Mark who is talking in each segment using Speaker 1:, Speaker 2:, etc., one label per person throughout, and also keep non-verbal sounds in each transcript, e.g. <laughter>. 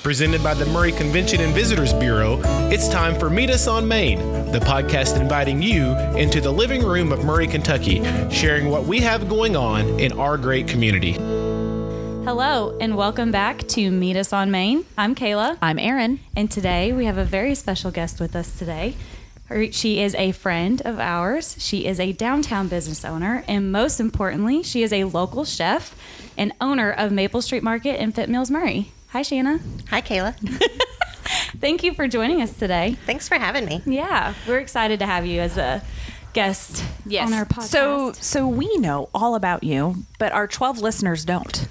Speaker 1: Presented by the Murray Convention and Visitors Bureau, it's time for Meet Us on Main, the podcast inviting you into the living room of Murray, Kentucky, sharing what we have going on in our great community.
Speaker 2: Hello, and welcome back to Meet Us on Main. I'm Kayla,
Speaker 3: I'm Erin.
Speaker 2: and today we have a very special guest with us today. Her- She is a friend of ours. She is a downtown business owner, and most importantly, she is a local chef and owner of Maple Street Market in Fit Mills Murray. Hi, Shanna.
Speaker 4: Hi, Kayla.
Speaker 2: Thank you for joining us today.
Speaker 4: Thanks for having me.
Speaker 2: Yeah, we're excited to have you as a guest on our podcast.
Speaker 3: So so we know all about you, but our 12 listeners <laughs> don't.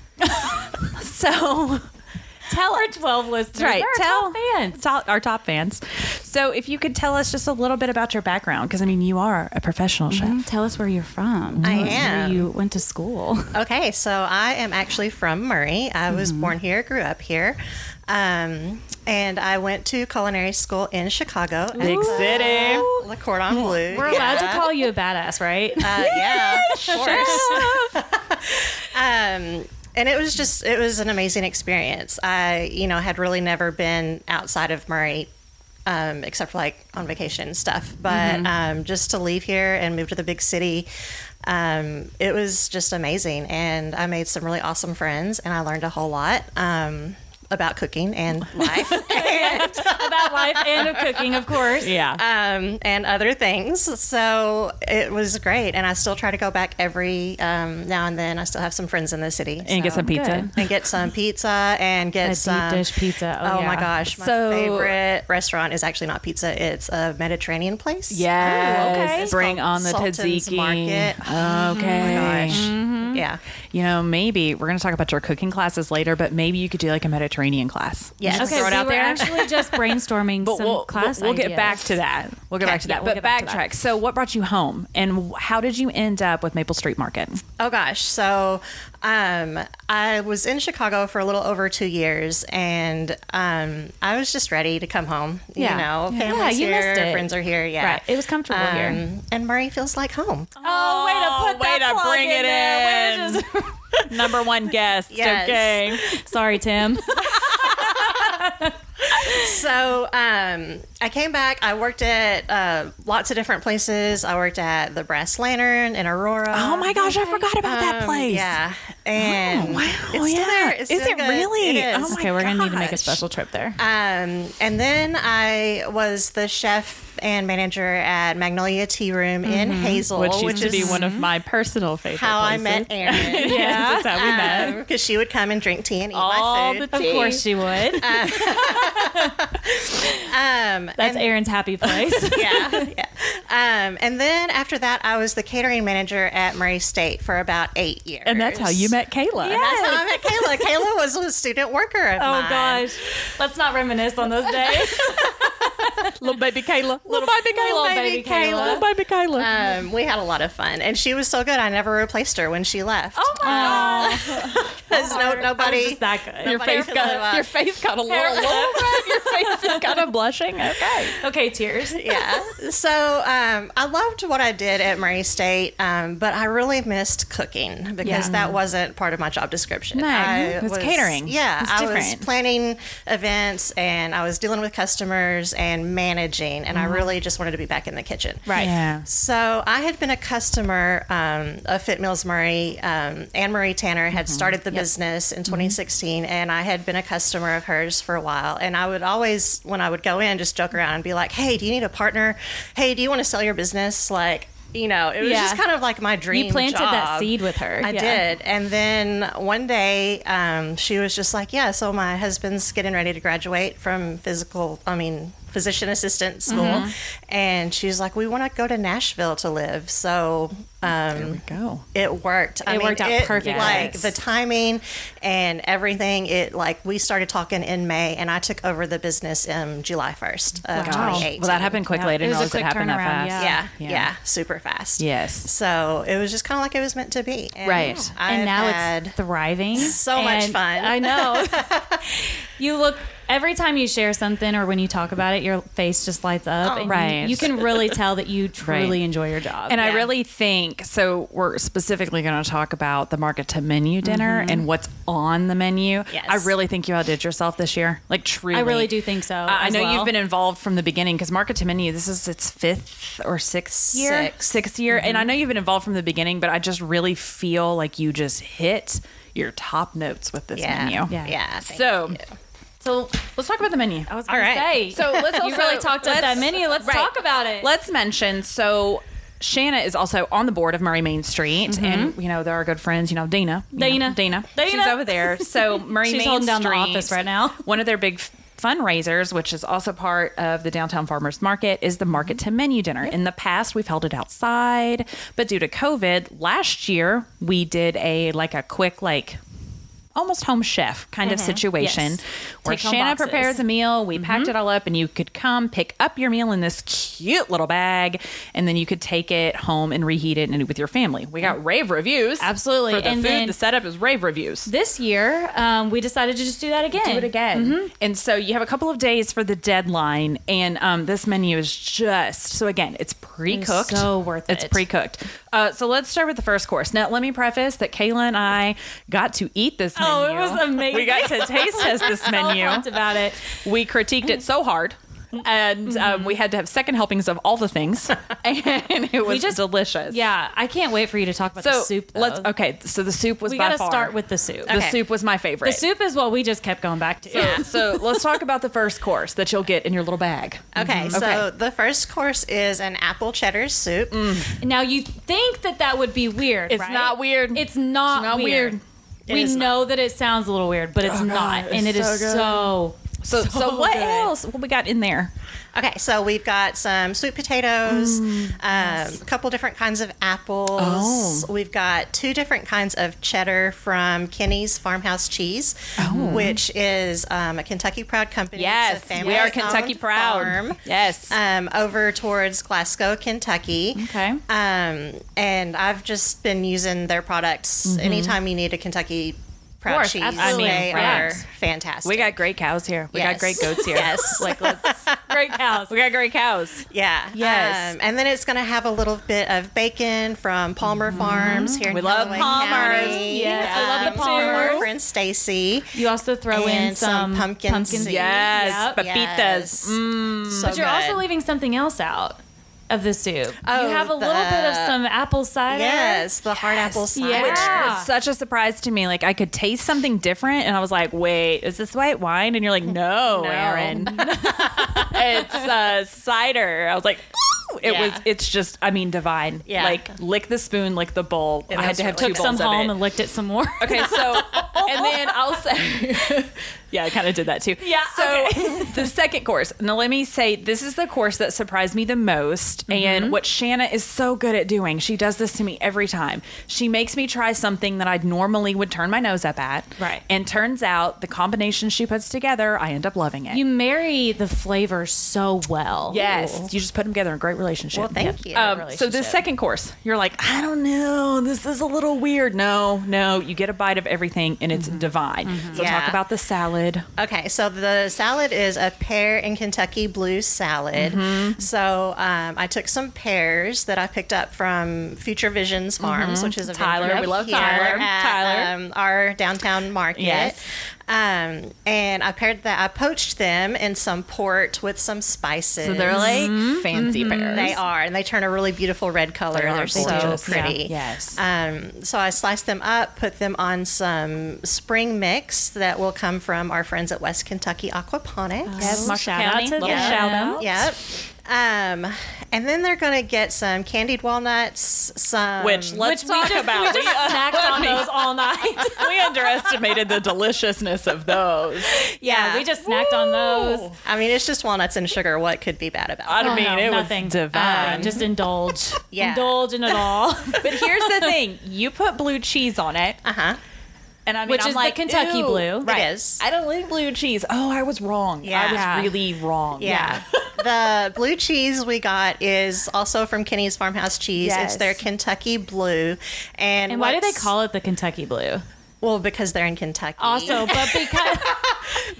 Speaker 3: so
Speaker 2: tell our 12 listeners,
Speaker 3: that's right.
Speaker 2: our
Speaker 3: tell
Speaker 2: 12 fans.
Speaker 3: tell our top fans. So if you could tell us just a little bit about your background because I mean you are a professional chef.
Speaker 2: Tell us where you're from.
Speaker 4: I
Speaker 2: Tell us where
Speaker 4: am.
Speaker 2: you went to school.
Speaker 4: Okay, so I am actually from Murray. I
Speaker 2: Mm-hmm.
Speaker 4: was born here, grew up here, um, and I went to culinary school in Chicago. Big
Speaker 3: city.
Speaker 4: Le Cordon Bleu.
Speaker 2: We're allowed to call you a badass, right? <laughs>
Speaker 4: Uh, yeah, of course. um, and it was just, it was an amazing experience. I, you know, had really never been outside of Murray. Um, except for like on vacation and stuff, but
Speaker 3: Mm-hmm.
Speaker 4: um, just to leave here and move to the big city, um, it was just amazing. And I made some really awesome friends, and I learned a whole lot um, about cooking
Speaker 3: <laughs>
Speaker 4: and life.
Speaker 2: About life and of cooking, of course.
Speaker 3: Yeah.
Speaker 4: um, and other things. So it was great, and I still try to go back every um, now and then. I still have some friends in the city
Speaker 3: and get
Speaker 4: so-
Speaker 3: some
Speaker 2: Um,
Speaker 3: pizza.
Speaker 4: and get some pizza and get
Speaker 2: A deep
Speaker 4: some
Speaker 2: dish pizza. Oh,
Speaker 4: Oh, my
Speaker 2: yeah.
Speaker 4: gosh, my
Speaker 3: So-
Speaker 4: favorite restaurant is actually not pizza; it's a Mediterranean place.
Speaker 3: Yes.
Speaker 2: okay.
Speaker 4: It's
Speaker 3: Bring
Speaker 4: called
Speaker 3: on the
Speaker 4: Sultan's
Speaker 3: tzatziki. Mm-hmm. Oh
Speaker 4: Market.
Speaker 3: Okay.
Speaker 4: Oh Gosh,
Speaker 2: Mm-hmm.
Speaker 4: yeah,
Speaker 3: You know, maybe we're going to talk about your cooking classes later, but maybe you could do like a Mediterranean class.
Speaker 4: Yes.
Speaker 3: Just
Speaker 2: Okay,
Speaker 3: throw it
Speaker 2: so
Speaker 3: out
Speaker 2: we're
Speaker 3: there.
Speaker 2: actually just
Speaker 3: <laughs>
Speaker 2: brainstorming
Speaker 3: but
Speaker 2: some
Speaker 3: we'll,
Speaker 2: class
Speaker 3: we'll, we'll get
Speaker 2: ideas.
Speaker 3: back to that. We'll get
Speaker 4: Okay.
Speaker 3: back to
Speaker 2: Yeah,
Speaker 3: that.
Speaker 2: we'll
Speaker 3: but
Speaker 2: get back to
Speaker 3: backtrack. So, what brought you home, and how did you end up with Maple Street Market?
Speaker 4: Oh gosh. So um, I was in Chicago for a little over two years and um, I was just ready to come home.
Speaker 2: Yeah.
Speaker 4: You know,
Speaker 2: Yeah.
Speaker 4: family's
Speaker 2: Yeah, you
Speaker 4: here,
Speaker 2: missed it.
Speaker 4: friends are here. Yeah. Um,
Speaker 2: Right. It was comfortable here.
Speaker 4: And Murray feels like home.
Speaker 2: Oh, way to put
Speaker 3: way
Speaker 2: that
Speaker 3: to
Speaker 2: plug
Speaker 3: bring
Speaker 2: in
Speaker 3: it
Speaker 2: there.
Speaker 3: in.
Speaker 2: Way to
Speaker 3: Number one guest.
Speaker 2: <laughs>
Speaker 4: Yes.
Speaker 3: Okay.
Speaker 2: just- <laughs> Sorry, Tim.
Speaker 4: So um, I came back. I worked at uh, lots of different places. I worked at the Brass Lantern in Aurora. Um,
Speaker 3: Oh my gosh, I forgot about
Speaker 2: Um,
Speaker 3: that place. <gasps> Oh,
Speaker 4: Yeah. And
Speaker 3: Wow.
Speaker 4: It's still
Speaker 3: yeah.
Speaker 4: there. It's
Speaker 3: is
Speaker 4: still
Speaker 3: it
Speaker 4: good.
Speaker 3: really?
Speaker 4: It is.
Speaker 3: Oh my
Speaker 2: okay, we're gonna need to make a
Speaker 3: gosh.
Speaker 2: special trip there.
Speaker 4: Um, and then I was the chef and manager at Magnolia Tea Room in Hazel,
Speaker 3: Mm-hmm. Which used
Speaker 4: which
Speaker 3: to
Speaker 4: is
Speaker 3: be one of my personal favorite.
Speaker 4: how I
Speaker 3: places.
Speaker 4: met
Speaker 3: <laughs>
Speaker 4: Erin.
Speaker 3: Yeah, that's how we met.
Speaker 4: because she would come and drink tea and eat
Speaker 3: All
Speaker 4: my food.
Speaker 3: the
Speaker 2: Of
Speaker 3: tea. <laughs>
Speaker 2: course she <laughs> would.
Speaker 4: um,
Speaker 2: That's
Speaker 3: <laughs>
Speaker 2: Aaron's happy place. <laughs> Oh,
Speaker 4: yeah, yeah. Um, and then after that, I was the catering manager at Murray State for about eight years.
Speaker 3: And that's how you met Kayla.
Speaker 4: And That's how I met Kayla. Kayla was a student worker of
Speaker 2: Oh
Speaker 4: mine.
Speaker 2: gosh, let's not reminisce on those
Speaker 3: <laughs>
Speaker 2: days.
Speaker 3: <laughs> Little baby Kayla. Little
Speaker 2: baby Kayla.
Speaker 3: Little
Speaker 2: baby
Speaker 3: baby
Speaker 2: Kayla.
Speaker 3: Kayla. Little baby Kayla. <laughs>
Speaker 4: Um, we had a lot of fun, and she was so good. I never replaced her when she left.
Speaker 2: Oh my god,
Speaker 4: because no,
Speaker 2: I was
Speaker 4: nobody.
Speaker 2: just that good.
Speaker 3: your
Speaker 4: nobody
Speaker 3: face
Speaker 4: could live
Speaker 3: got
Speaker 4: up.
Speaker 3: your face got a little,
Speaker 2: <laughs>
Speaker 3: little red. Your face is kind of blushing. Okay.
Speaker 2: Okay, tears.
Speaker 4: <laughs> yeah. So um, I loved what I did at Murray State, um, but I really missed cooking because that wasn't part of my job description.
Speaker 3: No,
Speaker 4: I
Speaker 3: it's catering.
Speaker 4: Yeah,
Speaker 3: It's
Speaker 4: I was
Speaker 3: different.
Speaker 4: planning events and I was dealing with customers and managing, and
Speaker 2: Mm-hmm.
Speaker 4: I really just wanted to be back in the kitchen.
Speaker 2: Right.
Speaker 3: Yeah.
Speaker 4: So I had been a customer um, of Fit Mills Murray. Um, Anne Marie Tanner had
Speaker 2: Mm-hmm.
Speaker 4: started the business in 2016, and I had been a customer of hers for a while. And I would always, when I would go in, just joke around and be like, "Hey, do you need a partner? Hey, do you want to sell your business?" Like, you know, it was
Speaker 2: Yeah.
Speaker 4: just kind of like my dream.
Speaker 2: You planted that
Speaker 4: job.
Speaker 2: seed with her.
Speaker 4: I
Speaker 2: Yeah.
Speaker 4: did. And then one day, um, she was just like, "Yeah, so my husband's getting ready to graduate from physical, I mean, physician assistant school,"
Speaker 3: Mm-hmm.
Speaker 4: and she's like, "We want to go to Nashville to live." So. Um,
Speaker 3: Go.
Speaker 4: it worked. I
Speaker 2: It
Speaker 4: mean,
Speaker 2: worked out
Speaker 4: it,
Speaker 2: perfectly.
Speaker 4: Like
Speaker 2: Yes.
Speaker 4: the timing and everything. It like we started talking in May, and I took over the business in July first of
Speaker 3: Wow.
Speaker 4: twenty eight.
Speaker 3: Well, that happened quickly.
Speaker 2: Yeah.
Speaker 3: I didn't
Speaker 2: It was a
Speaker 3: realize it
Speaker 2: quick
Speaker 3: happened that
Speaker 2: turnaround,
Speaker 3: fast.
Speaker 2: yeah.
Speaker 3: Yeah.
Speaker 4: Yeah, yeah, super fast.
Speaker 3: Yes.
Speaker 4: So it was just kind of like it was meant to be. And
Speaker 3: Right.
Speaker 4: I've
Speaker 2: and now
Speaker 4: had-
Speaker 2: it's thriving.
Speaker 4: so much
Speaker 5: <laughs>
Speaker 2: And
Speaker 4: fun.
Speaker 2: I know. you look Every time you share something or when you talk about it, your face just lights up. and you-
Speaker 5: Oh, Right.
Speaker 2: You, can really tell that
Speaker 5: <laughs>
Speaker 2: you truly enjoy your job.
Speaker 5: And I
Speaker 4: Yeah.
Speaker 5: really think so. We're specifically going to talk about the market to menu dinner
Speaker 2: Mm-hmm.
Speaker 5: and what's on the menu.
Speaker 4: Yes.
Speaker 5: I really think you outdid yourself this year. Like, truly.
Speaker 2: I really do think so,
Speaker 5: I, I
Speaker 2: as
Speaker 5: know
Speaker 2: well.
Speaker 5: you've been involved from the beginning because market to menu, this is its fifth or sixth year.
Speaker 4: Sixth.
Speaker 5: Sixth year. And
Speaker 2: Mm-hmm.
Speaker 5: I know you've been involved from the beginning, but I just really feel like you just hit your top notes with this
Speaker 4: Yeah.
Speaker 5: menu.
Speaker 2: Yeah.
Speaker 4: Yeah. thank
Speaker 5: So,
Speaker 4: you.
Speaker 5: so let's talk about the menu.
Speaker 2: I was
Speaker 4: All
Speaker 2: going
Speaker 4: right.
Speaker 2: to say.
Speaker 5: So let's
Speaker 2: <laughs>
Speaker 5: also
Speaker 2: you really talked
Speaker 5: let's-
Speaker 2: about that menu. Let's
Speaker 5: right.
Speaker 2: talk about it.
Speaker 5: Let's mention so Shanna is also on the board of Murray Main Street, and you know they're our good friends. You know Dana, you know,
Speaker 2: Mm-hmm. Dana.
Speaker 5: Dana,
Speaker 2: Dana.
Speaker 5: She's
Speaker 2: <laughs>
Speaker 5: over there. So Murray
Speaker 2: She's
Speaker 5: Main
Speaker 2: holding down the
Speaker 5: Street,
Speaker 2: office right now. <laughs>
Speaker 5: One of their big f- fundraisers, which is also part of the downtown farmers market, is the market to menu dinner. In the past, we've held it outside, but due to COVID, last year we did a like a quick like almost home chef kind of situation
Speaker 2: Mm-hmm. Yes.
Speaker 5: where
Speaker 2: Take-home
Speaker 5: Shanna
Speaker 2: boxes.
Speaker 5: prepares a meal.
Speaker 2: Mm-hmm.
Speaker 5: We packed it all up, and you could come pick up your meal in this cute little bag, and then you could take it home and reheat it and with your family. We got rave reviews.
Speaker 2: Absolutely.
Speaker 5: For the
Speaker 2: And
Speaker 5: food,
Speaker 2: then-
Speaker 5: the setup is rave reviews.
Speaker 2: this year, um, we decided to just do that again. Mm-hmm.
Speaker 5: Do it again. And so you have a couple of days for the deadline, and um, this menu is just so again, it's pre cooked.
Speaker 2: so worth
Speaker 5: It's
Speaker 2: it.
Speaker 5: pre cooked. Uh, so let's start with the first course. Now, let me preface that Kayla and I got to eat this menu.
Speaker 2: Oh, it was amazing.
Speaker 5: We got to taste test
Speaker 2: <laughs>
Speaker 5: this menu.
Speaker 2: talked about it.
Speaker 5: We critiqued it so hard. And um, we had to have second helpings of all the things, <laughs> and it was
Speaker 2: just-
Speaker 5: delicious.
Speaker 2: Yeah, I can't wait for you to talk about
Speaker 5: So
Speaker 2: the soup. Though.
Speaker 5: let's okay. So the soup was
Speaker 2: We
Speaker 5: by
Speaker 2: got to
Speaker 5: far-
Speaker 2: start with the soup.
Speaker 5: the soup was my favorite.
Speaker 2: The soup is what we just kept going back to.
Speaker 5: <laughs> So let's talk about the first course that you'll get in your little bag.
Speaker 4: Okay, so
Speaker 5: Okay.
Speaker 4: the first course is an apple cheddar soup.
Speaker 2: Now you think that that would be weird.
Speaker 5: It's
Speaker 2: right?
Speaker 5: not weird.
Speaker 2: It's not,
Speaker 5: It's not
Speaker 2: weird.
Speaker 5: weird.
Speaker 4: It
Speaker 2: we
Speaker 4: is not.
Speaker 2: know that it sounds a little weird, but it's not, and it
Speaker 5: it's
Speaker 2: is
Speaker 5: so good.
Speaker 2: so.
Speaker 5: So, so, what
Speaker 2: good.
Speaker 5: else? What we got in there?
Speaker 4: Okay, so we've got some sweet potatoes, um, a couple different kinds of apples. We've got two different kinds of cheddar from Kenny's Farmhouse Cheese, which is um, a Kentucky Proud company. It's a
Speaker 5: we are
Speaker 4: family-owned
Speaker 5: Kentucky proud.
Speaker 4: farm,
Speaker 5: Yes,
Speaker 2: Uh,
Speaker 4: Um, over towards Glasgow, Kentucky.
Speaker 5: Okay.
Speaker 4: Um, and I've just been using their products anytime you need a Kentucky Proud
Speaker 2: course,
Speaker 4: cheese.
Speaker 2: absolutely.
Speaker 4: They
Speaker 5: Right.
Speaker 4: are fantastic.
Speaker 5: we got great cows here. We got
Speaker 4: Yes.
Speaker 5: great goats here.
Speaker 4: Yes.
Speaker 5: <laughs> like let's,
Speaker 2: <laughs> Great cows.
Speaker 5: we got great cows.
Speaker 4: Yeah.
Speaker 5: Yes.
Speaker 4: Um, and then it's going to have a little bit of bacon from Palmer Farms here in
Speaker 5: We love
Speaker 4: Callaway
Speaker 5: Palmer's.
Speaker 4: County.
Speaker 2: Yes, I love the
Speaker 4: Um, from
Speaker 2: Palmer's.
Speaker 4: Our friend Stacy.
Speaker 2: You also throw in
Speaker 4: And
Speaker 2: some,
Speaker 4: some pumpkin seeds.
Speaker 5: Yes,
Speaker 2: Yep.
Speaker 5: papitas.
Speaker 4: Yes. So
Speaker 2: But you're also leaving something else out of the soup.
Speaker 4: Oh,
Speaker 2: you have a little bit of
Speaker 4: the-
Speaker 2: some apple cider.
Speaker 4: Yes, the hard apple cider.
Speaker 2: Yeah.
Speaker 5: It was such a surprise to me. Like I could taste something different, and I was like, "Wait, is this white wine?" And you're
Speaker 2: <laughs>
Speaker 5: like, "No, Aaron, it's uh, cider." I was like. "Ooh." It
Speaker 4: Yeah.
Speaker 5: was. It's just. I mean, divine.
Speaker 4: Yeah.
Speaker 5: Like lick the spoon, lick the bowl. I had
Speaker 4: was
Speaker 5: to have
Speaker 4: really
Speaker 5: two
Speaker 2: Took some
Speaker 5: bowls of
Speaker 2: home
Speaker 5: it.
Speaker 2: and licked it some more.
Speaker 5: Okay, so and then I'll say, <laughs> yeah, I kind of did that too.
Speaker 2: Yeah,
Speaker 5: So <laughs> the second course. Now let me say, this is the course that surprised me the most, and what Shanna is so good at doing. She does this to me every time. She makes me try something that I normally would turn my nose up at.
Speaker 2: Right.
Speaker 5: And turns out the combination she puts together, I end up loving it.
Speaker 2: You marry the flavor so well.
Speaker 5: Yes, you just put them together in a great relationship.
Speaker 4: Well, thank you.
Speaker 5: Um, so this second course, you're like, I don't know, this is a little weird. No, no, you get a bite of everything and it's divine. So
Speaker 4: Yeah.
Speaker 5: talk about the salad.
Speaker 4: Okay, so the salad is a pear and Kentucky blue salad.
Speaker 5: Mm-hmm.
Speaker 4: So um, I took some pears that I picked up from Future Visions Farms, which is a
Speaker 5: Mm-hmm. Tyler,
Speaker 4: vineyard
Speaker 5: we love
Speaker 4: here
Speaker 5: Tyler.
Speaker 4: at,
Speaker 5: Tyler.
Speaker 4: um, our downtown market.
Speaker 5: Yes.
Speaker 4: Um, and I paired that. I poached them in some port with some spices. So
Speaker 5: fancy pears.
Speaker 4: They are, and they turn a really beautiful red color. They
Speaker 5: are
Speaker 4: are so
Speaker 5: gorgeous.
Speaker 4: pretty.
Speaker 5: Yeah. Yes.
Speaker 4: Um, so I sliced them up, put them on some spring mix that will come from our friends at West Kentucky Aquaponics.
Speaker 5: Yes, Marshall
Speaker 2: Shout out
Speaker 5: County,
Speaker 2: to
Speaker 5: little
Speaker 2: them.
Speaker 5: shout
Speaker 2: Oh.
Speaker 5: out.
Speaker 4: Yep. Um, and then they're going to get some candied walnuts, some.
Speaker 5: Which let's
Speaker 2: Which we
Speaker 5: talk
Speaker 2: just-
Speaker 5: about.
Speaker 2: we just snacked on those all night.
Speaker 5: <laughs> We, we underestimated the deliciousness of those.
Speaker 2: Yeah, <laughs> we just snacked on those.
Speaker 4: I mean, it's just walnuts and sugar. What could be bad about
Speaker 5: I
Speaker 4: it?
Speaker 5: don't mean
Speaker 2: no,
Speaker 5: it
Speaker 2: nothing.
Speaker 5: was divine.
Speaker 2: Um, just indulge.
Speaker 4: Yeah.
Speaker 2: Indulge in it all.
Speaker 5: but here's the thing: you put blue cheese on it,
Speaker 4: Uh huh.
Speaker 5: and I mean,
Speaker 2: Which
Speaker 5: I'm
Speaker 2: is the
Speaker 5: like,
Speaker 2: Kentucky
Speaker 5: "Ew."
Speaker 2: blue. It
Speaker 5: Right.
Speaker 4: is.
Speaker 5: I don't like blue cheese. Oh, I was wrong.
Speaker 4: Yeah.
Speaker 5: I was really wrong.
Speaker 4: Yeah.
Speaker 2: <laughs>
Speaker 4: the blue cheese we got is also from Kenny's Farmhouse Cheese.
Speaker 5: Yes.
Speaker 4: It's their Kentucky Blue. And,
Speaker 2: And why do they
Speaker 4: what's-
Speaker 2: call it the Kentucky blue?
Speaker 4: Well, because they're in Kentucky.
Speaker 2: Also, but because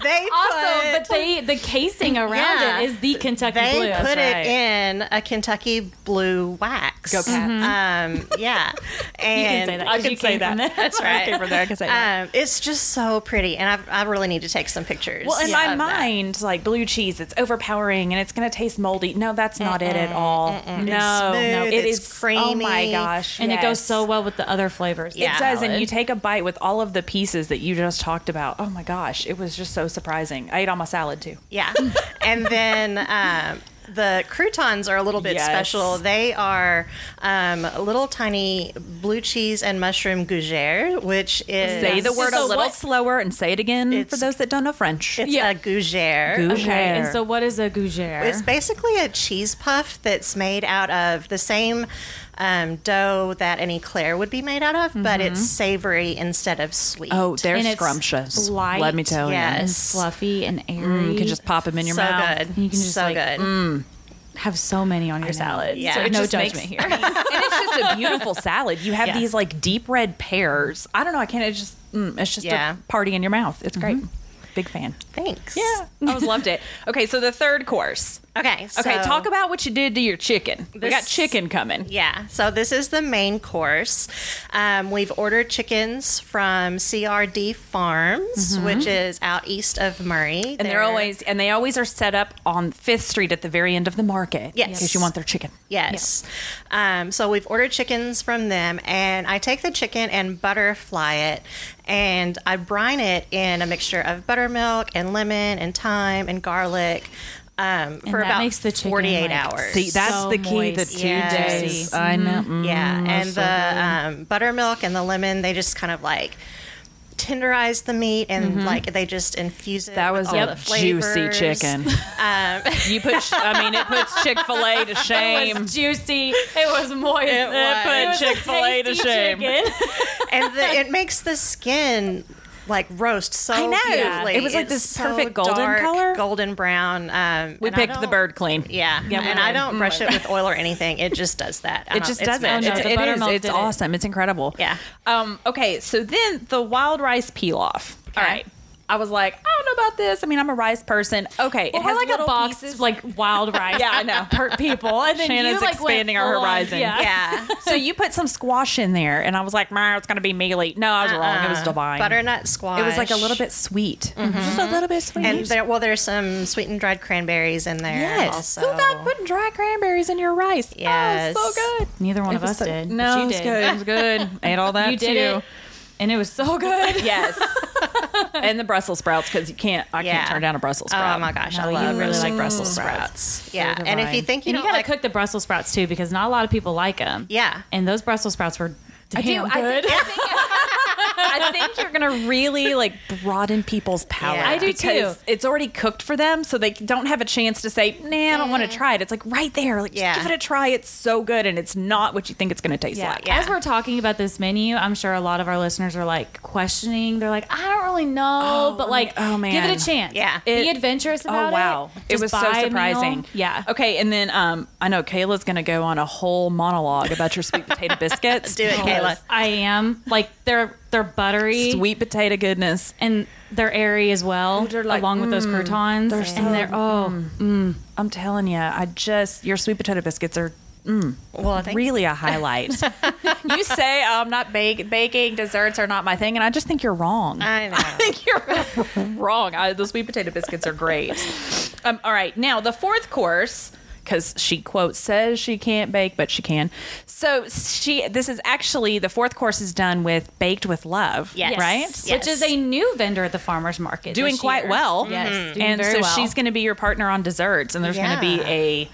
Speaker 4: they
Speaker 2: also,
Speaker 4: put,
Speaker 2: but they the casing around
Speaker 4: Yeah.
Speaker 2: it is the Kentucky
Speaker 4: they
Speaker 2: blue.
Speaker 4: put
Speaker 5: right.
Speaker 4: it in a Kentucky blue wax.
Speaker 5: Go Pats.
Speaker 4: Um, <laughs>
Speaker 5: <laughs>
Speaker 4: yeah,
Speaker 2: you
Speaker 4: and
Speaker 2: can say that. 'cause you came from there.
Speaker 4: <laughs> That's right.
Speaker 5: came from there, <laughs> I can say that.
Speaker 4: Um, it's just so pretty, and I've, I really need to take some pictures.
Speaker 5: Well, in my
Speaker 4: of that.
Speaker 5: mind, like blue cheese, it's overpowering and it's going to taste moldy. No, that's not it at all. No, no,
Speaker 4: smooth,
Speaker 5: it
Speaker 4: it's
Speaker 5: is Oh my
Speaker 4: creamy,
Speaker 5: gosh,
Speaker 2: and it goes
Speaker 5: yes.
Speaker 2: so well with the other flavors.
Speaker 4: Yeah.
Speaker 5: It
Speaker 2: Exactly.
Speaker 5: does, and you take a bite with all of the pieces that you just talked about. Oh my gosh, it was just so surprising. I ate all my salad too.
Speaker 4: Yeah. and
Speaker 5: <laughs>
Speaker 4: then um, the croutons are a little bit
Speaker 5: Yes.
Speaker 4: special. They are um, little tiny blue cheese and mushroom gougere, which is
Speaker 5: Say the word
Speaker 2: So
Speaker 5: a little
Speaker 2: what-
Speaker 5: slower and say it again for
Speaker 4: It's-
Speaker 5: those that don't know French.
Speaker 4: It's
Speaker 2: Yeah.
Speaker 4: a gougere.
Speaker 5: Gougere.
Speaker 2: Okay, and so what is a gougere?
Speaker 4: It's basically a cheese puff that's made out of the same um, dough that an eclair would be made out of, but it's savory instead of sweet.
Speaker 5: Mm-hmm. oh, they're
Speaker 2: And it's
Speaker 5: scrumptious.
Speaker 2: light,
Speaker 5: Let me tell
Speaker 4: yeah,
Speaker 5: you.
Speaker 2: and
Speaker 4: yes.
Speaker 2: fluffy and airy.
Speaker 5: You can just pop them in your
Speaker 4: so
Speaker 5: mouth.
Speaker 4: good.
Speaker 2: You can just,
Speaker 4: so
Speaker 2: like,
Speaker 4: good.
Speaker 5: mm.
Speaker 2: have so many on your salad.
Speaker 4: Yeah.
Speaker 2: so
Speaker 4: It
Speaker 2: no
Speaker 5: just
Speaker 2: judgment here. <laughs>
Speaker 5: makes- and <laughs> it's just a beautiful salad. You have these like deep red pears. I don't know. I can't. It's just mm, it's just
Speaker 4: Yeah.
Speaker 5: a party in your mouth. It's great. Big fan.
Speaker 4: Thanks.
Speaker 5: Mm-hmm. I always loved it. Okay, so the third course.
Speaker 4: Okay. So,
Speaker 5: Okay, talk about what you did to your chicken. we got chicken coming.
Speaker 4: Yeah, so this is the main course. Um, we've ordered chickens from CRD Farms, which is out east of Murray.
Speaker 5: Mm-hmm. And they're always and they always are set up on Fifth Street at the very end of the market.
Speaker 4: Yes.
Speaker 5: in case you want their chicken.
Speaker 4: Yes. Um, so we've ordered chickens from them, and I take the chicken and butterfly it, and I brine it in a mixture of buttermilk and lemon and thyme and garlic um, for
Speaker 2: that
Speaker 4: about
Speaker 2: makes the chicken,
Speaker 4: 48
Speaker 2: like,
Speaker 4: hours.
Speaker 5: See, that's
Speaker 2: So
Speaker 5: the key. The
Speaker 2: moist.
Speaker 5: two
Speaker 4: Yes.
Speaker 5: days. I know. Mm.
Speaker 4: Yeah, and the um, buttermilk and the lemon, they just kind of like tenderize the meat and like they just infuse it.
Speaker 5: Mm-hmm. That
Speaker 4: with
Speaker 5: was
Speaker 4: all
Speaker 5: a
Speaker 4: the
Speaker 5: juicy
Speaker 4: flavors.
Speaker 5: <laughs> chicken. you put, I mean, it puts Chick Fil <laughs> A to
Speaker 2: It
Speaker 5: shame.
Speaker 2: was juicy. It was moist. It,
Speaker 5: was.
Speaker 2: was a
Speaker 5: Chick-fil-A
Speaker 2: <laughs>
Speaker 5: to
Speaker 2: tasty
Speaker 5: shame.
Speaker 2: chicken.
Speaker 4: and the,
Speaker 5: <laughs>
Speaker 4: it makes the skin like roast so
Speaker 5: I know.
Speaker 4: beautifully.
Speaker 5: It was like
Speaker 4: It's
Speaker 5: this
Speaker 4: so
Speaker 5: perfect golden
Speaker 4: dark,
Speaker 5: color.
Speaker 4: golden brown. Um,
Speaker 5: We
Speaker 4: and I
Speaker 5: picked the
Speaker 4: don't-
Speaker 5: bird clean.
Speaker 4: Yeah,
Speaker 2: Yeah, we
Speaker 4: and I
Speaker 2: did.
Speaker 4: don't brush it with oil or anything. It just does that. I
Speaker 5: Mm. It
Speaker 4: don't-
Speaker 5: just
Speaker 4: it's
Speaker 5: doesn't.
Speaker 2: Oh, no,
Speaker 5: it's
Speaker 4: magic.
Speaker 2: the
Speaker 5: it is.
Speaker 2: buttermilk
Speaker 5: It's
Speaker 2: did it.
Speaker 5: awesome. It's incredible.
Speaker 4: Yeah.
Speaker 5: Um, okay. So then the wild rice peel off. All right. I was like, I don't know about this. I mean, I'm a rice person. Okay.
Speaker 2: Well,
Speaker 5: it
Speaker 2: we're
Speaker 5: has
Speaker 2: like a
Speaker 5: little
Speaker 2: box
Speaker 5: pieces.
Speaker 2: of, like
Speaker 5: <laughs>
Speaker 2: wild rice.
Speaker 5: Yeah, I know.
Speaker 2: Per people, and then
Speaker 5: Shannon's
Speaker 2: you, like, went
Speaker 5: expanding our
Speaker 2: full on-
Speaker 5: horizon.
Speaker 2: yeah.
Speaker 5: <laughs>
Speaker 4: yeah.
Speaker 5: so you put some squash in there, and I was like, "Meh, it's gonna be mealy. No, I was wrong. It was
Speaker 2: Uh-uh.
Speaker 4: Uh,
Speaker 5: divine.
Speaker 4: Butternut squash.
Speaker 5: It was like a little bit sweet,
Speaker 2: Mm-hmm.
Speaker 5: just a little bit sweet.
Speaker 4: And there, well, there's some sweetened dried cranberries in there. Also.
Speaker 5: Who got putting dry cranberries in your rice?
Speaker 4: Yes.
Speaker 5: Oh, so good.
Speaker 2: Neither one
Speaker 5: It
Speaker 2: of
Speaker 5: was
Speaker 2: us
Speaker 5: so-
Speaker 2: did. but
Speaker 5: No,
Speaker 2: you
Speaker 5: it was
Speaker 2: did.
Speaker 5: good. It was good. <laughs> Ate all that
Speaker 2: You did
Speaker 5: too.
Speaker 2: it, and it was
Speaker 5: <laughs>
Speaker 2: so good.
Speaker 5: Yes. and the Brussels sprouts because you can't. I
Speaker 4: Yeah.
Speaker 5: can't turn down a Brussels
Speaker 4: Oh
Speaker 5: sprout.
Speaker 4: my gosh,
Speaker 2: No,
Speaker 4: I
Speaker 2: you
Speaker 4: love
Speaker 2: really like
Speaker 4: roasted
Speaker 2: Brussels
Speaker 4: Yeah,
Speaker 2: They're
Speaker 4: and if
Speaker 2: divine.
Speaker 4: you think you
Speaker 2: and
Speaker 4: don't
Speaker 2: you gotta
Speaker 4: like,
Speaker 2: cook the Brussels sprouts too, because not a lot of people like them.
Speaker 4: Yeah.
Speaker 2: and those Brussels sprouts were damn
Speaker 5: I
Speaker 2: good.
Speaker 5: think, I, think, I think you're gonna really like broaden people's palate.
Speaker 4: Yeah. I do
Speaker 5: because
Speaker 2: too.
Speaker 5: It's already cooked for them, so they don't have a chance to say, "Nah, I don't want to try it." It's like right there. Like, just
Speaker 4: Yeah.
Speaker 5: give it a try. It's so good, and it's not what you think it's gonna taste
Speaker 4: Yeah,
Speaker 5: like.
Speaker 4: yeah.
Speaker 2: As we're talking about this menu, I'm sure a lot of our listeners are like questioning. They're like, I don't really know,
Speaker 5: Oh,
Speaker 2: but like,
Speaker 5: oh, man.
Speaker 2: give it a chance.
Speaker 4: Yeah.
Speaker 2: be
Speaker 5: It-
Speaker 2: adventurous about
Speaker 5: Oh
Speaker 2: it.
Speaker 5: wow! It
Speaker 2: Just
Speaker 5: was
Speaker 2: buy
Speaker 5: so
Speaker 2: a meal.
Speaker 5: surprising.
Speaker 2: Yeah.
Speaker 5: Okay, and then um, I know Kayla's going to go on a whole monologue about your
Speaker 2: <laughs>
Speaker 5: sweet potato biscuits.
Speaker 4: do it, Kayla.
Speaker 2: I am like they're they're buttery
Speaker 5: Sweet potato goodness.
Speaker 2: and they're airy as well,
Speaker 5: they're like, mm,
Speaker 2: along with those croutons. They're
Speaker 5: so-
Speaker 2: and they're oh,
Speaker 5: I'm telling you, I just your sweet potato biscuits are
Speaker 4: Well, I think
Speaker 5: really a highlight.
Speaker 2: <laughs>
Speaker 5: you say oh, I'm not bake- baking desserts are not my thing, and I just think you're wrong.
Speaker 4: I know.
Speaker 5: <laughs> think you're wrong. I, the sweet potato biscuits are great. Um, all right, now the fourth course, because she quote says she can't bake, but she can. So she, this is actually the fourth course is done with baked with love,
Speaker 4: Yes.
Speaker 5: right?
Speaker 4: Yes.
Speaker 2: which is a new vendor at the farmers market,
Speaker 5: Doing
Speaker 2: this
Speaker 5: quite
Speaker 2: year.
Speaker 5: well. Mm-hmm.
Speaker 2: Yes,
Speaker 4: Mm-hmm.
Speaker 2: doing
Speaker 5: And
Speaker 2: very
Speaker 5: so
Speaker 2: well.
Speaker 5: she's going to be your partner on desserts, and there's going to
Speaker 4: Yeah.
Speaker 5: be a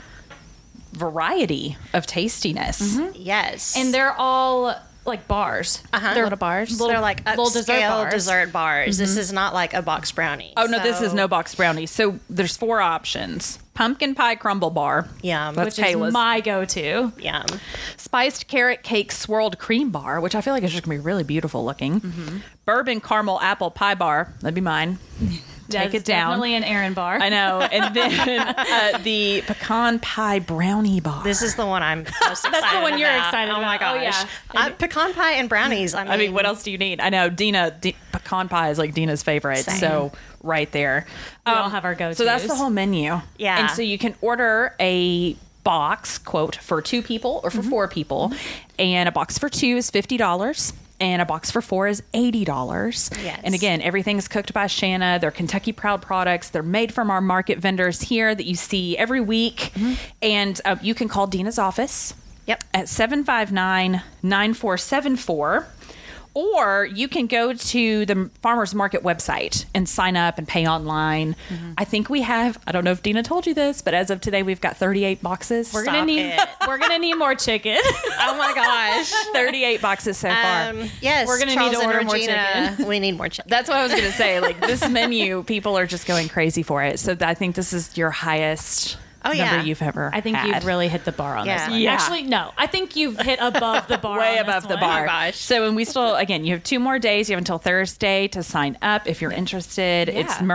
Speaker 5: variety of tastiness.
Speaker 2: Mm-hmm.
Speaker 4: yes,
Speaker 2: and they're all like bars. Uh-huh. They're
Speaker 5: Little bars.
Speaker 2: Little,
Speaker 4: they're like
Speaker 2: little
Speaker 4: upscale
Speaker 2: dessert
Speaker 4: dessert
Speaker 2: bars.
Speaker 4: bars. This is not like a box brownie.
Speaker 5: Oh no, this is
Speaker 4: So,
Speaker 5: no box brownie. So there's four options: pumpkin pie crumble bar,
Speaker 4: Yum.
Speaker 5: That's
Speaker 2: Which is
Speaker 5: Kayla's.
Speaker 2: my go-to.
Speaker 4: yum.
Speaker 5: spiced carrot cake swirled cream bar, which I feel like is just gonna be really beautiful looking. Bourbon caramel apple pie bar, that'd be mine. Take it down.
Speaker 2: Definitely an errand bar.
Speaker 5: I know. And then <laughs> uh, the pecan pie brownie bar.
Speaker 4: This is the one I'm
Speaker 5: <laughs>
Speaker 4: most excited
Speaker 2: That's the one you're
Speaker 4: about.
Speaker 2: excited
Speaker 4: oh
Speaker 2: about.
Speaker 4: my
Speaker 2: Oh,
Speaker 4: gosh.
Speaker 2: yeah.
Speaker 4: Uh, pecan pie and brownies. I mean,
Speaker 5: I mean, what else do you need? I know Dina D- pecan pie is like Dina's favorite,
Speaker 4: Same.
Speaker 5: so right there. Um,
Speaker 2: We all have our go-tos.
Speaker 5: So that's the whole menu.
Speaker 4: Yeah.
Speaker 5: and so you can order a box quote for two people or for
Speaker 2: Mm-hmm.
Speaker 5: four people, and a box for two is fifty dollars. And a box for four is eighty dollars.
Speaker 4: Yes.
Speaker 5: And again, everything's cooked by Shanna. They're Kentucky Proud products. They're made from our market vendors here that you see every week.
Speaker 2: Mm-hmm.
Speaker 5: And uh, you can call Dina's office
Speaker 4: Yep.
Speaker 5: at 759 9474. Or you can go to the farmers market website and sign up and pay online. I think we have, I don't know if Dina told you this, but as of today, we've got 38 boxes.
Speaker 2: We're gonna
Speaker 4: Stop
Speaker 2: need.
Speaker 4: it.
Speaker 2: <laughs> We're gonna need more chicken.
Speaker 4: Oh my gosh.
Speaker 5: <laughs> 38 boxes so far.
Speaker 4: Um, yes.
Speaker 5: We're going to need
Speaker 4: Charles
Speaker 5: to
Speaker 4: and
Speaker 5: order more
Speaker 4: Regina,
Speaker 5: chicken.
Speaker 4: <laughs> We need more chicken.
Speaker 5: That's what I was going to say. Like this <laughs> menu, people are just going crazy for it. So I think this is your highest
Speaker 4: Oh, yeah.
Speaker 5: number you've ever
Speaker 2: I think
Speaker 5: had.
Speaker 2: you've really hit the bar on
Speaker 4: Yeah.
Speaker 2: this one.
Speaker 5: Yeah.
Speaker 2: Actually, no. I think you've hit above the bar.
Speaker 5: <laughs> way
Speaker 2: on this
Speaker 5: above the
Speaker 2: one.
Speaker 5: bar.
Speaker 4: Oh, gosh.
Speaker 5: So when we still again, you have two more days. You have until Thursday to sign up if you're interested. It's
Speaker 2: Yeah.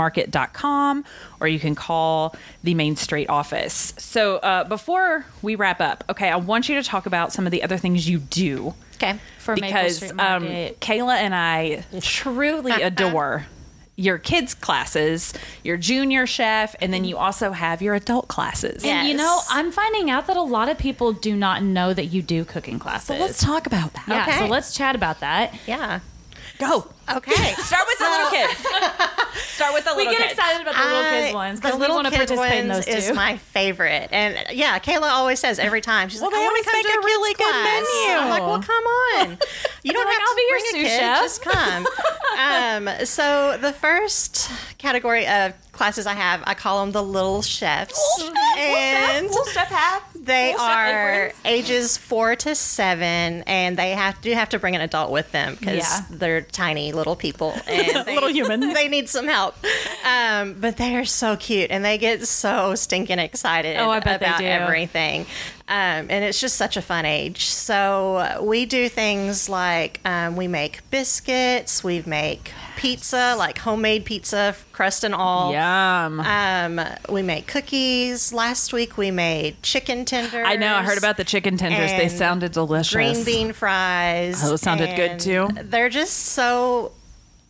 Speaker 5: murrayfarmersmarket.com or you can call the Main Street office. So uh, before we wrap up, okay, I want you to talk about some of the other things you do
Speaker 4: Okay.
Speaker 2: For Maple
Speaker 5: because
Speaker 2: Street
Speaker 5: um,
Speaker 2: Market.
Speaker 5: Kayla and I
Speaker 2: <laughs>
Speaker 5: truly adore your kids classes, your junior chef, and then you also have your adult classes.
Speaker 4: Yeah.
Speaker 2: And you
Speaker 4: Yes.
Speaker 2: know, I'm finding out that a lot of people do not know that you do cooking classes.
Speaker 5: So let's talk about that.
Speaker 2: yeah, so
Speaker 4: Okay.
Speaker 2: let's chat about that.
Speaker 4: Yeah.
Speaker 5: Go. <laughs>
Speaker 4: Okay.
Speaker 5: Start with the
Speaker 4: Uh, <laughs>
Speaker 5: little kids. Start with the
Speaker 2: We
Speaker 5: little
Speaker 2: get
Speaker 5: kids.
Speaker 2: excited about the little kids
Speaker 4: I-
Speaker 2: ones
Speaker 4: the
Speaker 2: because we
Speaker 4: little
Speaker 2: want to
Speaker 4: kid
Speaker 2: participate in
Speaker 4: ones
Speaker 2: those too. <laughs>
Speaker 4: is my favorite, and yeah, Kayla always says every time she's
Speaker 5: Well,
Speaker 4: like,
Speaker 5: they
Speaker 4: "I want
Speaker 5: always
Speaker 4: to come
Speaker 5: make
Speaker 4: to a
Speaker 5: a really
Speaker 4: kids'
Speaker 5: good
Speaker 4: class."
Speaker 5: menu.
Speaker 4: I'm like, "Well,
Speaker 2: <laughs>
Speaker 4: come on, you don't
Speaker 2: like,
Speaker 4: have
Speaker 2: "I'll
Speaker 4: to
Speaker 2: be your
Speaker 4: bring
Speaker 2: sous
Speaker 4: a kid,
Speaker 2: chef." <laughs>
Speaker 4: just come." um, so the first category of classes I have, I call them the little chefs, and they
Speaker 5: Little chef
Speaker 4: are
Speaker 5: aprons.
Speaker 4: ages four to seven, and they have do have to bring an adult with them because
Speaker 2: Yeah.
Speaker 4: they're tiny
Speaker 2: <laughs>
Speaker 4: little people and they,
Speaker 5: Little
Speaker 4: <laughs>
Speaker 5: humans.
Speaker 4: They need some help, um, but they are so cute and they get so stinking excited
Speaker 2: Oh, I bet they
Speaker 4: about
Speaker 2: do.
Speaker 4: everything. Um, and it's just such a fun age. So uh, we do things like um, we make biscuits, we make pizza, like homemade pizza, crust and all.
Speaker 5: Yum.
Speaker 4: Um, we made cookies. Last week we made chicken tenders.
Speaker 5: I know. I heard about the chicken tenders. They
Speaker 4: and
Speaker 5: sounded delicious.
Speaker 4: green bean fries.
Speaker 5: Oh, Those sounded good,
Speaker 4: and
Speaker 5: too.
Speaker 4: They're just so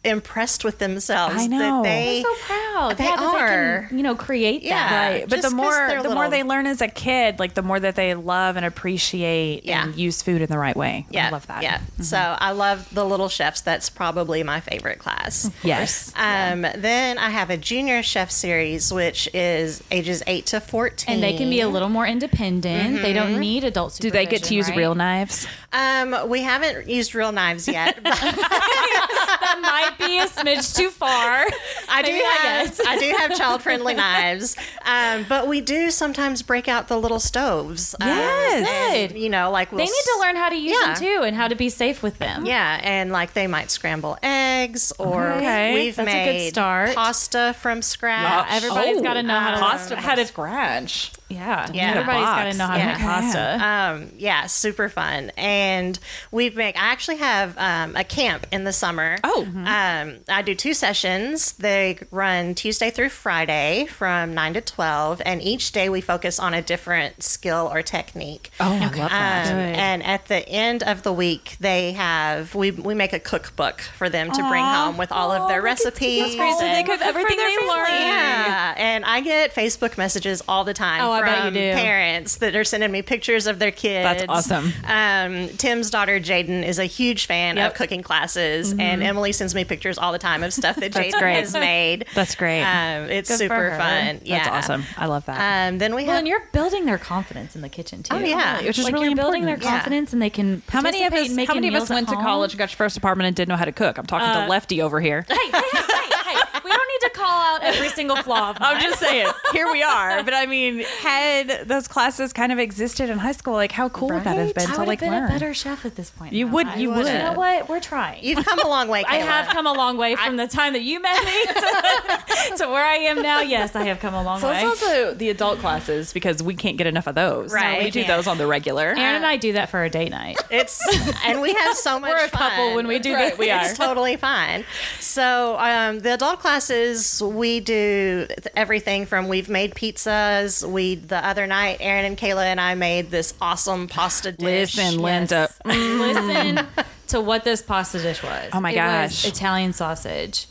Speaker 4: impressed with themselves.
Speaker 5: I
Speaker 4: That
Speaker 5: know.
Speaker 4: they,
Speaker 2: I'm so proud.
Speaker 4: They
Speaker 2: yeah, that
Speaker 4: are.
Speaker 2: They can, you know, create
Speaker 4: Yeah.
Speaker 2: that.
Speaker 5: Right, but
Speaker 4: Just
Speaker 5: the
Speaker 4: 'cause
Speaker 5: more the
Speaker 4: they're
Speaker 5: more
Speaker 4: little.
Speaker 5: they learn as a kid, like the more that they love and appreciate
Speaker 4: Yeah.
Speaker 5: and use food in the right way.
Speaker 4: yeah,
Speaker 5: I love that.
Speaker 4: Yeah. So I love the little chefs. That's probably my favorite class.
Speaker 5: Yes.
Speaker 4: Um, Then I have a junior chef series, which is ages eight to fourteen,
Speaker 2: And they can be a little more independent. They don't need adult
Speaker 5: Mm-hmm. Do they get to use real knives?
Speaker 4: Um, we haven't used real knives
Speaker 5: <laughs>
Speaker 4: yet, but
Speaker 2: <laughs> That might be a smidge too
Speaker 5: <laughs>
Speaker 2: far.
Speaker 4: I do
Speaker 2: Maybe not
Speaker 4: have
Speaker 2: yet.
Speaker 4: I do have
Speaker 2: <laughs>
Speaker 4: child friendly knives, um, but we do sometimes break out the little stoves. um,
Speaker 5: Yes.
Speaker 4: and,
Speaker 2: Good.
Speaker 4: you know, like we'll
Speaker 2: They need to
Speaker 4: s-
Speaker 2: learn how to use
Speaker 4: Yeah.
Speaker 2: them too and how to be safe with them.
Speaker 4: Yeah, and like they might scramble eggs, or
Speaker 5: Okay.
Speaker 4: we've
Speaker 2: That's a good
Speaker 4: made
Speaker 2: start.
Speaker 4: pasta from
Speaker 2: Yeah,
Speaker 4: scratch.
Speaker 2: everybody's
Speaker 5: Oh,
Speaker 2: got to know how to
Speaker 5: Pasta
Speaker 2: how to
Speaker 5: scratch.
Speaker 2: yeah,
Speaker 4: Yeah.
Speaker 2: Everybody's got to
Speaker 5: Box.
Speaker 2: know how to
Speaker 4: Yeah.
Speaker 2: make pasta.
Speaker 4: Um, yeah, super fun. And we've made, I actually have um, a camp in the summer.
Speaker 5: Oh.
Speaker 4: Um, I do two sessions. They run Tuesday through Friday from 9 to 12. And each day we focus on a different skill or technique.
Speaker 5: Oh, I love that.
Speaker 4: Um,
Speaker 2: Good.
Speaker 4: and at the end of the week, they have we we make a cookbook for them to bring home with all of
Speaker 5: Oh,
Speaker 4: their recipes.
Speaker 5: So they
Speaker 4: and-
Speaker 5: cook everything
Speaker 2: their
Speaker 5: they
Speaker 2: family.
Speaker 5: learn.
Speaker 4: yeah, <laughs> and I get Facebook messages all the time
Speaker 2: Oh, I bet
Speaker 4: from
Speaker 2: you do.
Speaker 4: parents that are sending me pictures of their kids.
Speaker 5: awesome.
Speaker 4: Um, Tim's daughter Jaden is a huge
Speaker 2: Yep.
Speaker 4: fan
Speaker 2: Mm-hmm.
Speaker 4: of cooking classes, and Emily sends me pictures all the time of
Speaker 2: <laughs>
Speaker 4: stuff that
Speaker 5: That's
Speaker 4: Jaden
Speaker 5: great.
Speaker 4: has made.
Speaker 5: That's great.
Speaker 4: Um, it's
Speaker 2: Good for
Speaker 4: super
Speaker 2: her.
Speaker 4: fun. Yeah,
Speaker 5: That's awesome. I love that.
Speaker 4: Um, then we
Speaker 2: Well,
Speaker 4: have
Speaker 2: and you're building their confidence in the kitchen too.
Speaker 4: Oh, yeah.
Speaker 2: Like,
Speaker 4: Which
Speaker 5: is really
Speaker 2: you're building
Speaker 5: important.
Speaker 2: their
Speaker 4: Yeah.
Speaker 2: confidence, and they can.
Speaker 5: how many of
Speaker 2: participate
Speaker 5: us?
Speaker 2: in
Speaker 5: How
Speaker 2: making
Speaker 5: many of
Speaker 2: meals
Speaker 5: us
Speaker 2: at
Speaker 5: went to
Speaker 2: home? Uh,
Speaker 5: college, got your first apartment, and didn't know how to cook? I'm talking to Lefty
Speaker 2: <laughs>
Speaker 5: over here.
Speaker 2: Hey, hey, hey, hey! We don't need to call out every single flaw. Of
Speaker 5: I'm just saying,
Speaker 2: <laughs>
Speaker 5: here we are. But I mean, had those classes kind of existed in high school, like how cool would that have been
Speaker 2: I
Speaker 5: to
Speaker 2: would
Speaker 5: like
Speaker 2: have been
Speaker 5: learn?
Speaker 2: a better chef at this point.
Speaker 5: You
Speaker 2: though.
Speaker 5: would-
Speaker 2: I
Speaker 5: you
Speaker 2: would've.
Speaker 5: would.
Speaker 2: You know what? We're trying.
Speaker 4: you've come a long way.
Speaker 2: <laughs> I
Speaker 4: Kayla.
Speaker 5: <laughs>
Speaker 2: have come a long way from the time that you met me to, to where I am now, yes, I have come a long
Speaker 5: So
Speaker 2: way.
Speaker 5: it's also the adult classes because we can't get enough of those.
Speaker 4: Right.
Speaker 5: we do those on the regular.
Speaker 2: Aaron and I do that for a date night.
Speaker 4: It's and we have so
Speaker 2: <laughs>
Speaker 4: much.
Speaker 2: We're a
Speaker 4: fun.
Speaker 2: couple when we do
Speaker 5: That's
Speaker 2: that.
Speaker 5: right, we are.
Speaker 4: It's totally fine. So um, the adult classes, we do th- everything from we've made pizzas. We the other night, Aaron and Kayla and I made this awesome pasta dish.
Speaker 5: Listen, Linda. <laughs>
Speaker 2: Listen to what this pasta dish was.
Speaker 5: Oh
Speaker 2: It
Speaker 5: my
Speaker 2: was
Speaker 5: gosh.
Speaker 2: Italian sausage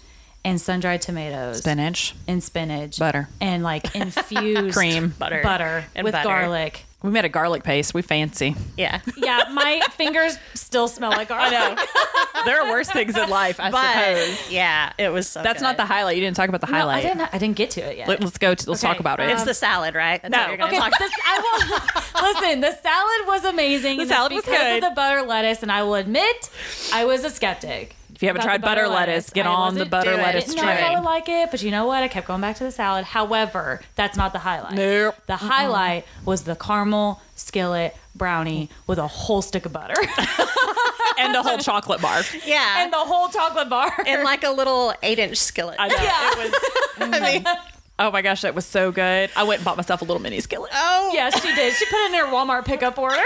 Speaker 2: and sun dried tomatoes.
Speaker 5: Spinach.
Speaker 2: And spinach.
Speaker 5: Butter.
Speaker 2: And
Speaker 5: <laughs>
Speaker 2: like infused
Speaker 5: Cream.
Speaker 2: butter. Butter
Speaker 4: And
Speaker 2: with
Speaker 4: butter.
Speaker 2: garlic.
Speaker 5: We made a garlic paste. We fancy.
Speaker 4: Yeah.
Speaker 2: Yeah, my fingers still smell
Speaker 5: <laughs>
Speaker 2: like garlic.
Speaker 5: there are worse things in life, I suppose.
Speaker 4: But yeah, it was so
Speaker 5: That's not the
Speaker 4: good.
Speaker 5: highlight. You didn't talk about the
Speaker 2: No, I
Speaker 5: highlight.
Speaker 2: didn't I didn't get to it yet.
Speaker 5: Let, us go. To, let's
Speaker 2: Okay, um,
Speaker 5: talk about it.
Speaker 4: It's the salad, right? That's
Speaker 5: No.
Speaker 4: what you're gonna
Speaker 2: Okay,
Speaker 4: talk
Speaker 2: this, I
Speaker 5: <laughs>
Speaker 2: will listen. The salad was amazing. The
Speaker 5: salad was
Speaker 2: because
Speaker 5: good.
Speaker 2: of the butter lettuce, and I will admit, I was a skeptic.
Speaker 5: if you haven't
Speaker 2: about
Speaker 5: tried
Speaker 2: the
Speaker 5: butter, lettuce, get
Speaker 2: I
Speaker 5: on the
Speaker 2: wasn't
Speaker 5: butter
Speaker 4: doing it.
Speaker 5: lettuce
Speaker 2: Didn't know if I
Speaker 5: train.
Speaker 2: would like it, but you know what? I kept going back to the salad. However, that's not the highlight.
Speaker 5: Nope.
Speaker 2: The highlight was the caramel skillet brownie with a whole stick of butter <laughs>
Speaker 5: Uh-huh. and a whole chocolate bar.
Speaker 2: <laughs>
Speaker 4: Yeah.
Speaker 2: and the whole chocolate
Speaker 5: <laughs>
Speaker 2: bar. <laughs>
Speaker 4: in like a little eight inch skillet.
Speaker 5: I know. <laughs>
Speaker 4: I mean,
Speaker 5: Oh my gosh, that was so good. I went and bought myself a little mini skillet.
Speaker 4: oh,
Speaker 2: yes, she did. She put in her Walmart pickup order.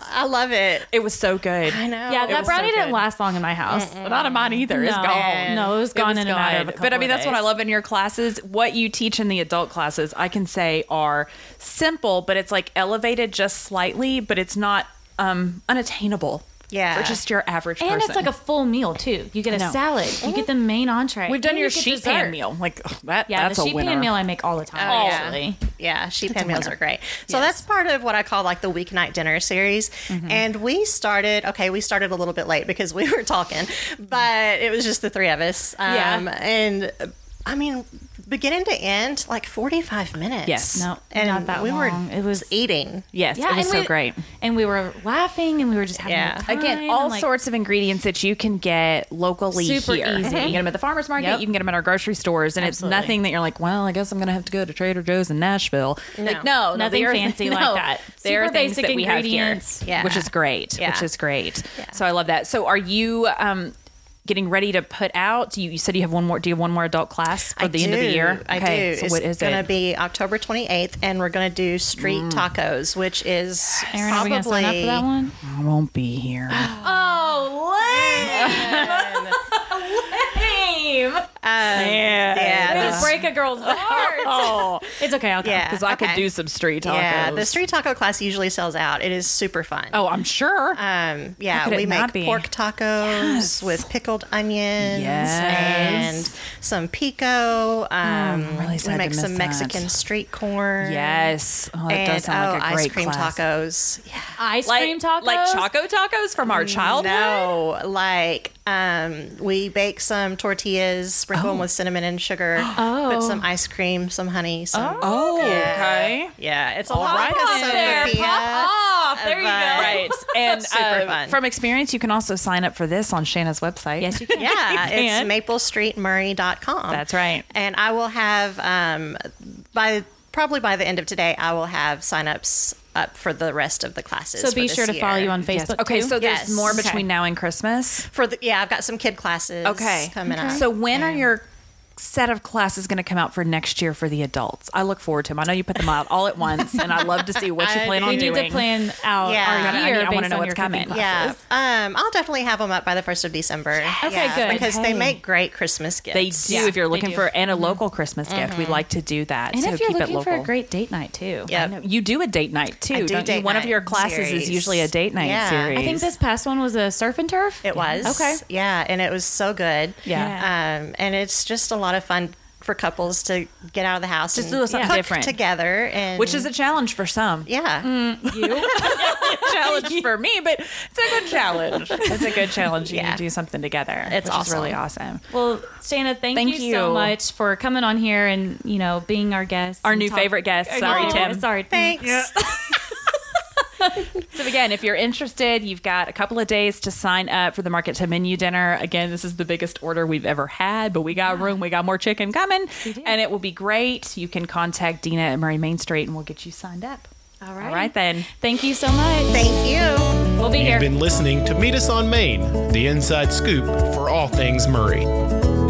Speaker 4: I love it.
Speaker 5: It was so good.
Speaker 4: I know.
Speaker 2: yeah, that
Speaker 5: Oh, was so
Speaker 2: brownie didn't
Speaker 5: good.
Speaker 2: last long in my house.
Speaker 5: Not in mine either. It's
Speaker 2: No.
Speaker 5: gone.
Speaker 2: No, it was gone
Speaker 5: was
Speaker 2: in a matter of a
Speaker 5: gone. But I
Speaker 2: couple
Speaker 5: mean,
Speaker 2: of
Speaker 5: that's what I
Speaker 2: days.
Speaker 5: love in your classes. What you teach in the adult classes, I can say are simple, but it's like elevated just slightly, but it's not um, unattainable.
Speaker 4: Yeah.
Speaker 5: For just your average
Speaker 2: And
Speaker 5: person.
Speaker 2: it's like a full meal too. You get a
Speaker 5: know.
Speaker 2: salad. You get the main entree.
Speaker 5: We've done
Speaker 2: and
Speaker 5: your
Speaker 2: you get
Speaker 5: sheet
Speaker 2: dessert.
Speaker 5: pan meal. Like <sighs> ugh, that,
Speaker 2: Yeah,
Speaker 5: that's
Speaker 2: the
Speaker 5: a
Speaker 2: sheet
Speaker 5: winner.
Speaker 2: pan meal I make all the time.
Speaker 4: Oh, yeah.
Speaker 2: actually.
Speaker 4: Yeah, sheet pan meals are great. So that's part of what I call like the weeknight dinner series. And we started, okay, we started a little bit late because we <laughs> were talking, but it was just the three of us. Um,
Speaker 2: Yeah.
Speaker 4: And uh, I mean, beginning to end, like 45 minutes.
Speaker 5: Yes.
Speaker 2: No,
Speaker 4: And
Speaker 2: not that
Speaker 4: we
Speaker 2: long.
Speaker 4: were
Speaker 2: It was-
Speaker 4: eating.
Speaker 5: Yes, it was
Speaker 2: and
Speaker 5: so
Speaker 2: we-
Speaker 5: great.
Speaker 2: And we were laughing and we were just having
Speaker 4: Yeah.
Speaker 2: a good time.
Speaker 5: Again, all
Speaker 2: and, like,
Speaker 5: sorts of ingredients that you can get locally
Speaker 2: Super
Speaker 5: here.
Speaker 2: easy.
Speaker 5: You can get them at the farmers market.
Speaker 2: Yep.
Speaker 5: You can get them at our grocery stores, and
Speaker 2: Absolutely.
Speaker 5: it's nothing that you're like, well, I guess I'm gonna have to go to Trader Joe's in Nashville. Like, no, no,
Speaker 2: Nothing
Speaker 5: they are- <laughs>
Speaker 2: fancy
Speaker 5: no,
Speaker 2: like that.
Speaker 5: They are
Speaker 2: Super
Speaker 5: things
Speaker 2: basic
Speaker 5: that we have here,
Speaker 2: ingredients.
Speaker 4: Yeah.
Speaker 5: which is great.
Speaker 4: Yeah.
Speaker 5: Which is great. So I love that. So are you? um Getting ready to put out. Do You, you said you have one more. Do you have one more adult class for
Speaker 4: I
Speaker 5: the end of the
Speaker 4: do.
Speaker 5: year?
Speaker 4: I
Speaker 5: okay,
Speaker 4: do.
Speaker 5: So
Speaker 4: it's
Speaker 5: what is
Speaker 4: gonna
Speaker 5: it?
Speaker 4: be October 28th, and we're going to do street tacos, which is
Speaker 2: Aaron, are we
Speaker 4: probably
Speaker 2: going to sign up for that one?
Speaker 5: I won't
Speaker 4: <gasps>
Speaker 5: be here.
Speaker 2: Oh, lame.
Speaker 4: <laughs>
Speaker 2: lame.
Speaker 5: yeah.
Speaker 4: uh, Yeah,
Speaker 2: It'll
Speaker 4: this-
Speaker 2: break a girl's heart.
Speaker 5: Oh,
Speaker 2: It's okay. I'll come.
Speaker 4: Yeah.
Speaker 5: because I could
Speaker 4: Okay.
Speaker 5: do some street tacos.
Speaker 4: Yeah, the street taco class usually sells out. It is super fun.
Speaker 5: Oh, I'm sure.
Speaker 4: Um,
Speaker 5: How
Speaker 4: yeah,
Speaker 5: could it
Speaker 4: we
Speaker 5: not
Speaker 4: make
Speaker 5: be?
Speaker 4: pork tacos with pickled onions
Speaker 5: Yes.
Speaker 4: and some pico. Um,
Speaker 5: really
Speaker 4: we
Speaker 5: sad
Speaker 4: make
Speaker 5: to
Speaker 4: some
Speaker 5: miss
Speaker 4: Mexican
Speaker 5: that.
Speaker 4: street corn.
Speaker 5: Yes. Oh, that
Speaker 4: and
Speaker 5: does sound
Speaker 4: oh,
Speaker 5: like a
Speaker 4: ice
Speaker 5: great
Speaker 4: cream
Speaker 5: class.
Speaker 4: tacos. Yeah.
Speaker 2: Ice
Speaker 5: Like,
Speaker 2: cream tacos.
Speaker 5: Like choco tacos from our
Speaker 4: Mm,
Speaker 5: childhood?
Speaker 4: No, like um, we bake some tortillas, sprinkle them with cinnamon and sugar,
Speaker 5: <gasps>
Speaker 2: Oh.
Speaker 4: put some ice cream, some honey, some.
Speaker 5: Oh, okay.
Speaker 4: Yeah, it's a
Speaker 5: All
Speaker 4: lot
Speaker 5: right.
Speaker 4: like a
Speaker 5: Pop
Speaker 2: there.
Speaker 4: soda
Speaker 2: Pop off. There you go.
Speaker 4: But- <laughs>
Speaker 5: Right. And
Speaker 4: Oh, Super
Speaker 5: uh,
Speaker 4: fun.
Speaker 5: from experience, you can also sign up for this on Shanna's website.
Speaker 2: Yes,
Speaker 5: <laughs>
Speaker 2: you can.
Speaker 4: Yeah,
Speaker 5: can.
Speaker 4: it's maplestreetmurray.com.
Speaker 5: That's right.
Speaker 4: And I will have um, by probably by the end of today, I will have signups up for the rest of the classes.
Speaker 2: So be
Speaker 4: for this
Speaker 2: sure to
Speaker 4: year.
Speaker 2: follow you on Facebook.
Speaker 5: Yes. Okay,
Speaker 2: too.
Speaker 5: so there's
Speaker 4: Yes.
Speaker 5: more
Speaker 4: Okay.
Speaker 5: between now and Christmas.
Speaker 4: for the yeah. I've got some kid classes.
Speaker 5: Okay.
Speaker 4: coming up.
Speaker 5: So when are your set of classes going to come out for next year for the adults? I look forward to them. I know you put them out all at once, and I love to see what
Speaker 2: <laughs>
Speaker 5: you
Speaker 4: I
Speaker 5: plan
Speaker 4: do.
Speaker 5: on
Speaker 2: we need
Speaker 5: doing.
Speaker 2: to plan out
Speaker 4: Yeah. I
Speaker 2: our
Speaker 4: gotta-
Speaker 5: I
Speaker 2: year
Speaker 5: need- I wanna
Speaker 2: based
Speaker 5: know
Speaker 2: on
Speaker 5: what's
Speaker 2: your
Speaker 5: coming.
Speaker 2: cooking classes.
Speaker 4: yeah, um, I'll definitely have them up by the first of December.
Speaker 2: Okay,
Speaker 4: Yeah,
Speaker 2: good.
Speaker 4: Because
Speaker 5: Okay.
Speaker 4: they make great Christmas
Speaker 5: They
Speaker 4: gifts.
Speaker 5: do
Speaker 2: Yeah,
Speaker 5: if you're
Speaker 2: they
Speaker 5: looking
Speaker 2: do. Mm-hmm.
Speaker 5: for and a local Christmas gift.
Speaker 4: Mm-hmm.
Speaker 5: We like to do that.
Speaker 2: And
Speaker 5: so
Speaker 2: if you're
Speaker 5: keep it
Speaker 2: looking
Speaker 5: local.
Speaker 2: for a great date night too.
Speaker 4: Yep.
Speaker 5: No, you do a date night
Speaker 4: do
Speaker 5: too. don't you?
Speaker 4: date
Speaker 5: One of
Speaker 4: night
Speaker 5: your classes is
Speaker 4: series.
Speaker 5: usually a date night
Speaker 4: Yeah.
Speaker 5: series.
Speaker 4: I
Speaker 2: I think this past one was a surf and turf.
Speaker 4: It was
Speaker 2: Okay.
Speaker 4: Yeah, and it was so good.
Speaker 5: Yeah.
Speaker 4: Um, and it's just a lot of fun for couples to get out of the house,
Speaker 5: Just
Speaker 4: and
Speaker 5: do something
Speaker 4: cook
Speaker 5: different.
Speaker 4: together, and
Speaker 5: which is a challenge for some.
Speaker 4: yeah.
Speaker 5: a <laughs> challenge for me, but it's a
Speaker 2: <laughs>
Speaker 5: good challenge. It's a good challenge. You
Speaker 4: Yeah.
Speaker 5: can do something together.
Speaker 4: It's
Speaker 5: which is really awesome.
Speaker 2: Well, Shana, thank,
Speaker 5: Thank
Speaker 2: you,
Speaker 5: you.
Speaker 2: so much for coming on here and you know being our guest,
Speaker 5: Our
Speaker 2: and
Speaker 5: new favorite guest.
Speaker 2: Our new
Speaker 5: Sorry,
Speaker 2: favorite-
Speaker 5: Tim.
Speaker 2: Sorry, Tim.
Speaker 4: Thanks.
Speaker 5: So again, if you're interested, you've got a couple of days to sign up for the market to menu dinner. Again, this is the biggest order we've ever had, but we got room. We got more chicken coming, and it will be great. You can contact Dina at Murray Main Street, and we'll get you signed up.
Speaker 2: All
Speaker 5: All right then.
Speaker 2: Thank you so much.
Speaker 4: Thank you.
Speaker 2: we'll be here.
Speaker 1: You've been listening to Meet Us on Main, the inside scoop for all things Murray.